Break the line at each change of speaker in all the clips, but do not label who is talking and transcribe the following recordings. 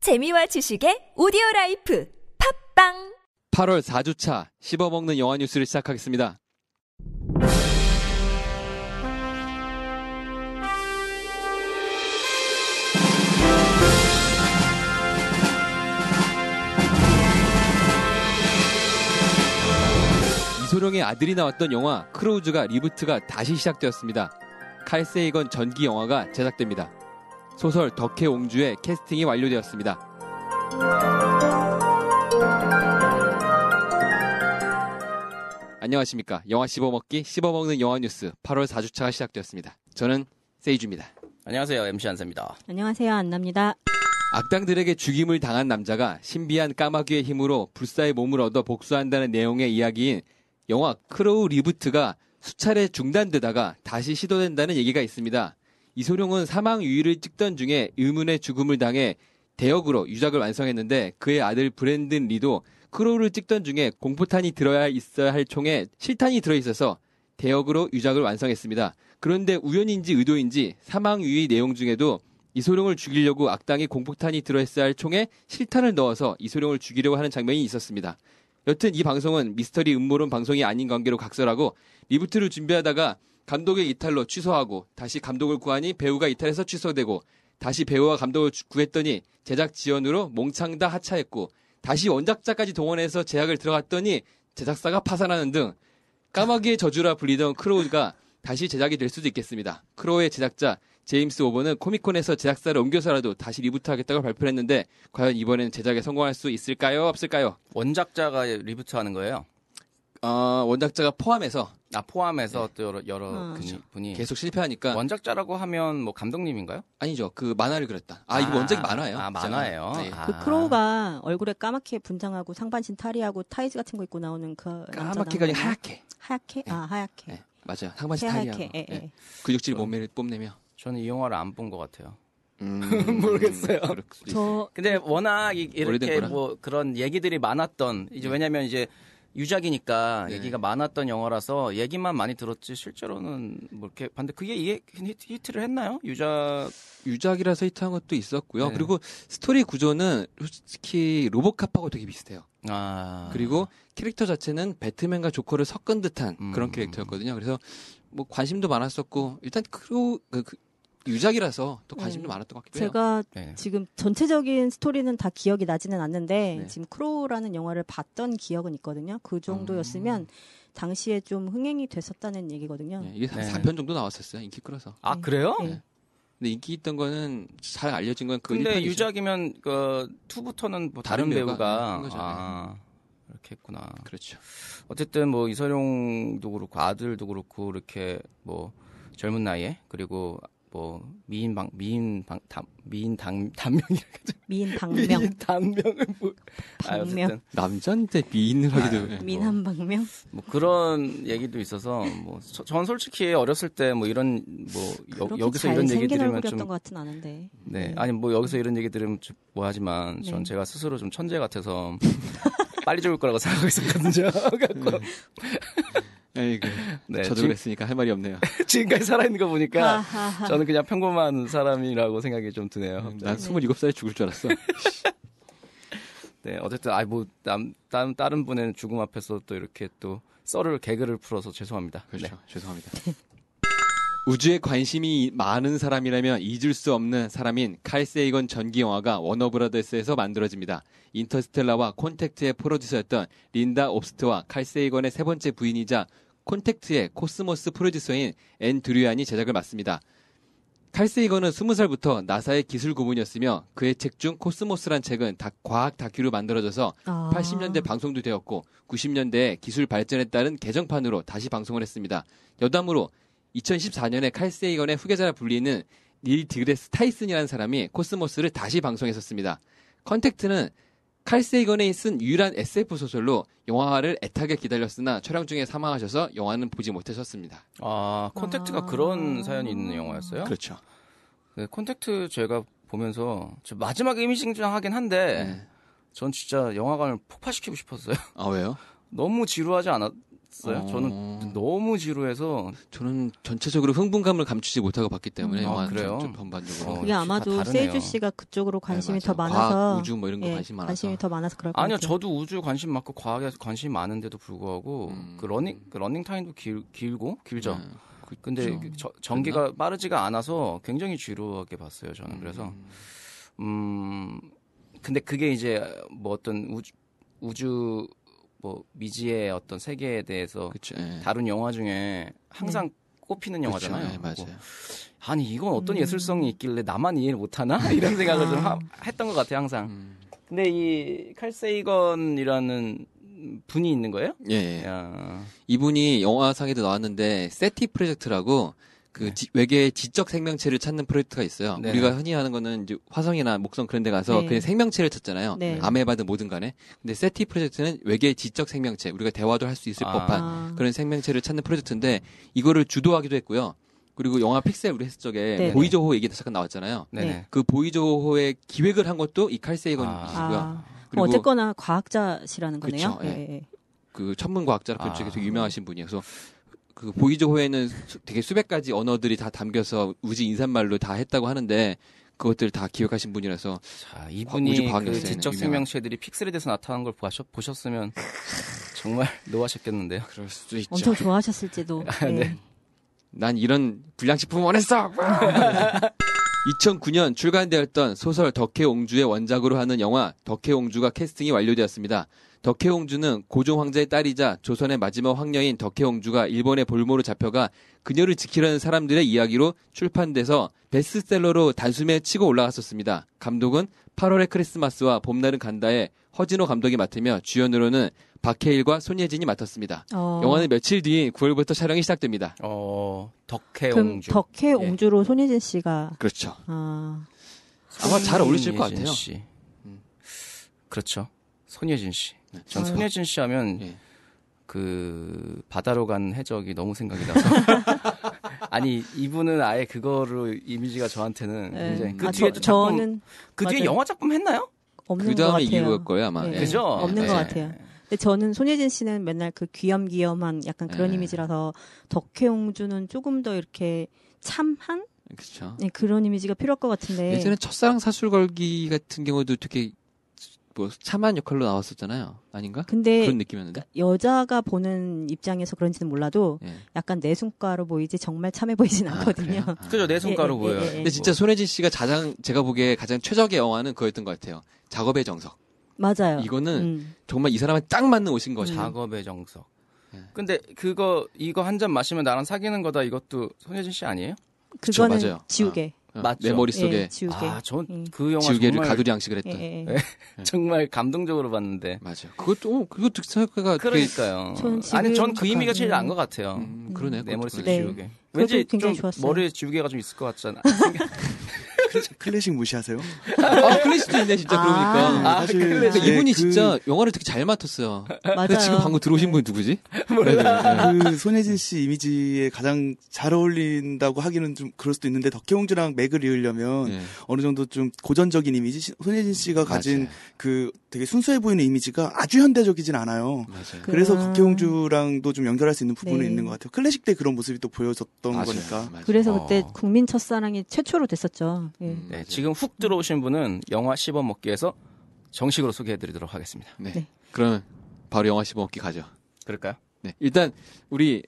재미와 지식의 오디오 라이프 팝빵
8월 4주차 씹어먹는 영화 뉴스를 시작하겠습니다. 이소룡의 아들이 나왔던 영화 크로우즈가 리부트가 다시 시작되었습니다. 칼 세이건 전기 영화가 제작됩니다. 소설 덕혜 옹주의 캐스팅이 완료되었습니다. 안녕하십니까. 영화 씹어먹기 씹어먹는 영화 뉴스 8월 4주차가 시작되었습니다. 저는 세이주입니다.
안녕하세요. MC 안세입니다.
안녕하세요 안나입니다.
악당들에게 죽임을 당한 남자가 신비한 까마귀의 힘으로 불사의 몸을 얻어 복수한다는 내용의 이야기인 영화 크로우 리부트가 수차례 중단되다가 다시 시도된다는 얘기가 있습니다. 이소룡은 사망 유위를 찍던 중에 의문의 죽음을 당해 대역으로 유작을 완성했는데 그의 아들 브랜든 리도 크로우를 찍던 중에 공포탄이 들어야 있어야 할 총에 실탄이 들어있어서 대역으로 유작을 완성했습니다. 그런데 우연인지 의도인지 사망 유위 내용 중에도 이소룡을 죽이려고 악당이 공포탄이 들어있어야 할 총에 실탄을 넣어서 이소룡을 죽이려고 하는 장면이 있었습니다. 여튼 이 방송은 미스터리 음모론 방송이 아닌 관계로 각설하고 리부트를 준비하다가 감독의 이탈로 취소하고 다시 감독을 구하니 배우가 이탈해서 취소되고 다시 배우와 감독을 주- 구했더니 제작 지연으로 몽창 다 하차했고 다시 원작자까지 동원해서 제작을 들어갔더니 제작사가 파산하는 등 까마귀의 저주라 불리던 크로우가 다시 제작이 될 수도 있겠습니다. 크로우의 제작자 제임스 오버는 코미콘에서 제작사를 옮겨서라도 다시 리부트하겠다고 발표했는데 과연 이번에는 제작에 성공할 수 있을까요? 없을까요?
원작자가 리부트하는 거예요.
어, 원작자가 포함해서
나 포함해서 또 여러, 여러
아.
분이- 분이
네. 음. 계속 실패하니까
원작자라고 하면 뭐 감독님인가요?
아니죠. 그 만화를 그렸다. 아, 이거 원작이 만화예요.
아
진짜.
만화예요.
네.
아.
그 크로우가 얼굴에 까맣게 분장하고 상반신 탈의하고 타이즈 같은 거 입고 나오는 그
까맣게 가지고 하얗게.
하얗게 아 하얗게
네, 맞아요. 상반신 탈의하고
새하얗게 예, 예.
네. 근육질 몸매를 뽐내며.
저는 이 영화를 안 본 것 같아요.
음,
모르겠어요.
그럴 수도 있어요.
저
근데 워낙 이- 이렇게
음. 오래됐구나.
뭐 그런 얘기들이 많았던 이제 왜냐면 이제 유작이니까
네.
얘기가 많았던 영화라서 얘기만 많이 들었지 실제로는 뭐 이렇게 봤는데 그게 이게 히트- 히트를 했나요? 유작
유작이라서 히트한 것도 있었고요.
네.
그리고 스토리 구조는 솔직히 로보캅하고 되게 비슷해요.
아
그리고 캐릭터 자체는 배트맨과 조커를 섞은 듯한
음,
그런
음,
캐릭터였거든요. 그래서 뭐 관심도 많았었고 일단 크루 그, 그 유작이라서 또 관심도
네.
많았던 것 같기도 해요.
제가
네.
지금 전체적인 스토리는 다 기억이 나지는 않는데
네.
지금 크로우라는 영화를 봤던 기억은 있거든요. 그 정도였으면 당시에 좀 흥행이 됐었다는 얘기거든요.
네, 이게 한
네.
4편 정도 나왔었어요. 인기 끌어서.
아 그래요?
네.
근데 인기 있던 거는 잘 알려진 건그
근데 유작이면 그 투부터는 뭐
다른
다른,
배우가
배우가
한 네. 거잖아요.
아 이렇게 했구나.
그렇죠.
어쨌든 뭐 이서룡도 그렇고 아들도 그렇고 이렇게 뭐 젊은 나이에 그리고 뭐 미인 방 미인 방 당, 미인 당 단명이
미인 방명,
미인 단명을 뭐 아,
방명,
어쨌든
남자인데 미인을 하기도 어, 해.
미남 방명.
뭐 그런 얘기도 있어서 뭐 전 솔직히 어렸을 때 뭐 이런 뭐 여,
그렇게
여기서 이런 얘기
잘생긴
들으면
얼굴이었던
좀
것 같진 않은데.
네. 아니 뭐 여기서 이런 얘기 들으면 좀 뭐하지만 전
네.
제가 스스로 좀 천재 같아서 빨리 죽을 거라고 생각하고 있었거든요. 그래갖고
예, 에이그.
네,
저도
지금-
그랬으니까 할 말이 없네요.
지금까지 살아있는 거 보니까
하하하.
저는 그냥 평범한 사람이라고 생각이 좀 드네요.
난 27살에 죽을 줄 알았어.
네, 어쨌든 아뭐남 다른 분은 죽음 앞에서 또 이렇게 또 썰을 개그를 풀어서 죄송합니다.
그렇죠.
네.
죄송합니다. 우주에 관심이 많은 사람이라면 잊을 수 없는 사람인 칼 세이건 전기 영화가 워너브라더스에서 만들어집니다. 인터스텔라와 콘택트의 프로듀서였던 린다 옵스트와 칼 세이건의 세 번째 부인이자 콘택트의 코스모스 프로듀서인 앤 드류안이 제작을 맡습니다. 칼 세이건은 20살부터 나사의 기술 고문이었으며 그의 책 중 코스모스란 책은 다- 과학 다큐로 만들어져서
아.
80년대 방송도 되었고 90년대에 기술 발전에 따른 개정판으로 다시 방송을 했습니다. 여담으로 2014년에 칼세이건의 후계자라 불리는 닐 디그레스 타이슨이라는 사람이 코스모스를 다시 방송했었습니다. 컨택트는 칼세이건이 쓴 유일한 SF 소설로 영화화를 애타게 기다렸으나 촬영 중에 사망하셔서 영화는 보지 못하셨습니다.
아 콘택트가
아.
그런 사연이 있는 영화였어요.
그렇죠.
네, 콘택트 제가 보면서 저 마지막 이미징장하긴 한데 전 진짜 영화관을 폭파시키고 싶었어요.
아 왜요?
너무 지루하지 않았어요? 봤어요.
어.
저는 너무 지루해서
저는 전체적으로 흥분감을 감추지 못하고 봤기 때문에
음.
아,
영화
그래요?
전- 전반적으로
어,
그게
역시 다
아마도
다르네요.
세이주 씨가 그쪽으로 관심이
뭐 네,
더
맞아요.
많아서
과학, 우주 뭐 이런 거
예,
관심 많아서
관심이 더 많아서 그럴 것
아니요,
같아요.
저도 우주 관심 많고 과학에 관심 많은데도 불구하고
음.
그 러닝 그 러닝 타임도 길, 길고 길죠.
네.
근데 그 저- 전개가 빠르지가 않아서 굉장히 지루하게 봤어요. 저는 그래서 음 근데 그게 이제 뭐 어떤 우주 우주 뭐 미지의 어떤 세계에 대해서
그쵸. 예.
다룬 영화 중에 항상 꼽히는
그쵸,
영화잖아요. 뭐.
예, 맞아요.
아니 이건 어떤
음.
예술성이 있길래 나만 이해를 못하나 이런 생각을 좀 하- 했던 것 같아요 항상.
음.
근데 이 칼세이건이라는 분이 있는 거예요?
예, 예.
야.
이분이 영화상에도 나왔는데 세티 프로젝트라고 그 지- 외계의 지적 생명체를 찾는 프로젝트가 있어요.
네.
우리가 흔히 하는 거는 이제 화성이나 목성 그런 데 가서
네.
그냥 생명체를 찾잖아요.
네.
아메바든 뭐든 간에. 근데 세티 프로젝트는 외계의 지적 생명체, 우리가 대화도 할 수 있을
아.
법한
아.
그런 생명체를 찾는 프로젝트인데 이거를 주도하기도 했고요. 그리고 영화 픽셀 우리 했을 적에
네네.
보이저호 얘기 잠깐 나왔잖아요.
네네.
네.
그 보이저호의 기획을 한 것도 이 칼세이건이시고요.
아.
그리고
뭐 어쨌거나 과학자시라는 거네요.
그쵸,
예,
예.
예, 예.
그 천문 과학자로 그쪽에
아.
되게 유명하신 분이에요. 그래서 그 보이저호에는 수- 되게 수백 가지 언어들이 다 담겨서 우지 인사말로 다 했다고 하는데 그것들 을다 기억하신 분이라서
자
어, 우주
이분이
과학에
그
쓰이는
지적
유명한-
생명체들이 픽셀에 대해서 나타난 걸 보셨, 보셨으면 정말 노하셨겠는데요.
그럴 수도 있죠.
엄청 좋아하셨을지도. 예.
네. 난 이런 불량식품 원했어. 2009년 출간되었던 소설 덕혜옹주의 원작으로 하는 영화 덕혜옹주가 캐스팅이 완료되었습니다. 덕혜옹주는 고종 황제의 딸이자 조선의 마지막 황녀인 덕혜옹주가 일본의 볼모로 잡혀가 그녀를 지키려는 사람들의 이야기로 출판돼서 베스트셀러로 단숨에 치고 올라갔었습니다. 감독은 8월의 크리스마스와 봄날은 간다에 허진호 감독이 맡으며 주연으로는 박해일과 손예진이 맡았습니다.
어,
영화는 며칠 뒤인 9월부터 촬영이 시작됩니다.
어
그럼
덕혜옹주.
덕혜 옹주로 손예진 씨가
그렇죠.
아,
아마 잘 어울리실 것
손예진
같아요. 음.
씨. 그렇죠. 손예진 씨.
네,
전
아유.
손예진 씨 하면
예.
그 바다로 간 해적이 너무 생각이 나서 아니 이분은 아예 그거로 이미지가 저한테는
예.
굉장히 그
아,
뒤에
저,
또 작품
저는
그 뒤에
맞아요.
영화 작품 했나요?
없는
그
것
다음에
같아요.
이후일 거예요 아마.
예.
예.
네. 그죠?
없는
예.
것
예.
같아요. 근데 저는 손예진 씨는 맨날 그 귀염귀염한 약간 그런
예.
이미지라서 덕혜옹주는 조금 더 이렇게 참한
그렇죠.
네, 그런 이미지가 필요할 것 같은데
예전에 첫사랑 사술 걸기 같은 경우도 되게 뭐 참한 역할로 나왔었잖아요. 아닌가?
네.
근데
그런 느낌이었는데.
여자가 보는 입장에서 그런지는 몰라도
예.
약간 내숭가로 보이지 정말 참해 보이진
아,
않거든요.
그래요? 아.
그죠 네. 내 손가락으로
예,
보여요.
예, 예, 예.
근데 진짜 손혜진 씨가 가장 제가 보기에 가장 최적의 영화는 그거였던 것 같아요. 작업의 정석.
맞아요.
이거는
음.
정말 이 사람한테 딱 맞는 옷인
뭐.
거죠.
네. 작업의 정석.
예.
근데 그거 이거 한 잔 마시면 나랑 사귀는 거다 이것도 손예진 씨 아니에요?
그쵸,
그거는
맞아요.
지우개.
어,
맞죠.
내 머릿속에
예, 지우개.
아, 전
음.
그 영화
지우개를
정말
가두리 양식을
예,
했던.
예, 예.
정말 감동적으로 봤는데.
맞아요. 그것도 어, 그것도 생각해가 되게-
그러니까요.
전 지금
아니 전 그 의미가 제일
착한-
나은 것 같아요.
음, 그러네.
내 머릿속에
네.
지우개. 왠지 좀
굉장히 좋았어요.
머리에 지우개가 좀 있을 것 같잖아.
클래식 무시하세요?
아, 클래식도 있네 진짜
아.
그러니까.
아,
그래서
네,
이분이
그-
진짜 영화를 되게 잘 맡았어요. 근데
맞아요. 네.
지금 방금 들어오신 분이 누구지? 네,
그 손예진 씨 이미지에 가장 잘 어울린다고 하기는 좀 그럴 수도 있는데 덕혜옹주랑 맥을 이으려면
예.
어느 정도 좀 고전적인 이미지 시- 손예진 씨가 가진
맞아요.
그 되게 순수해 보이는 이미지가 아주 현대적이진 않아요.
맞아요.
그-
그래서
아.
덕혜옹주랑도 좀 연결할 수 있는 부분은
네.
있는 것 같아요. 클래식 때 그런 모습이 또 보여졌던
맞아요.
거니까.
맞아요.
그래서
어.
그때 국민 첫사랑이 최초로 됐었죠. 예.
음,
네,
맞아요.
지금 훅 들어오신 분은 영화 씹어먹기에서 정식으로 소개해드리도록 하겠습니다.
네.
네.
그러면 바로 영화 씹어먹기 가죠.
그럴까요?
네. 일단 우리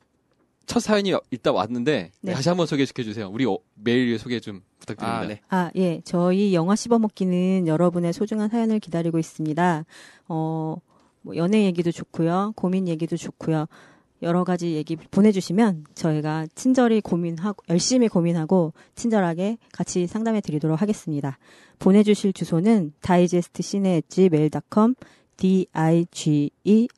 첫 사연이 일단 왔는데
네.
다시 한번 소개시켜 주세요. 우리 어, 메일 소개 좀 부탁드립니다.
아, 네.
아, 예. 저희 영화 씹어먹기는 여러분의 소중한 사연을 기다리고 있습니다. 어, 뭐 연애 얘기도 좋고요. 고민 얘기도 좋고요. 여러 가지 얘기 보내주시면 저희가 친절히 고민하고, 열심히 고민하고, 친절하게 같이 상담해 드리도록 하겠습니다. 보내주실 주소는 digest cine mail.com E digestcine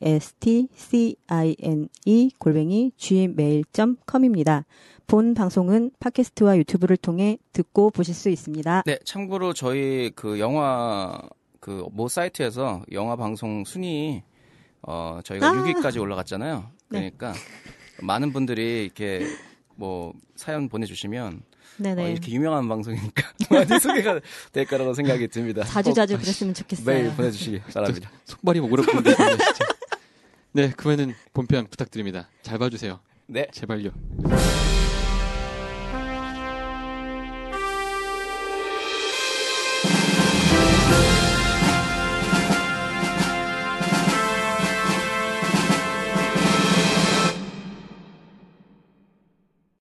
E 골뱅이 gmail.com입니다. 본 방송은 팟캐스트와 유튜브를 통해 듣고 보실 수 있습니다.
네, 참고로 저희 그 영화 그 모 사이트에서 영화 방송 순위 어 저희가
아.
6위까지 올라갔잖아요.
네.
그러니까 많은 분들이 이렇게 뭐 사연 보내주시면 어,
네네.
이렇게 유명한 방송이니까 많이 소개가 될 거라고 생각이 듭니다. 네,
자주 자주 그랬으면 좋겠어요.
메일 보내주시기 바랍니다.
손발이 오그라드는데 진짜. 네, 그러면은 본편 부탁드립니다. 잘 봐주세요.
네.
제발요.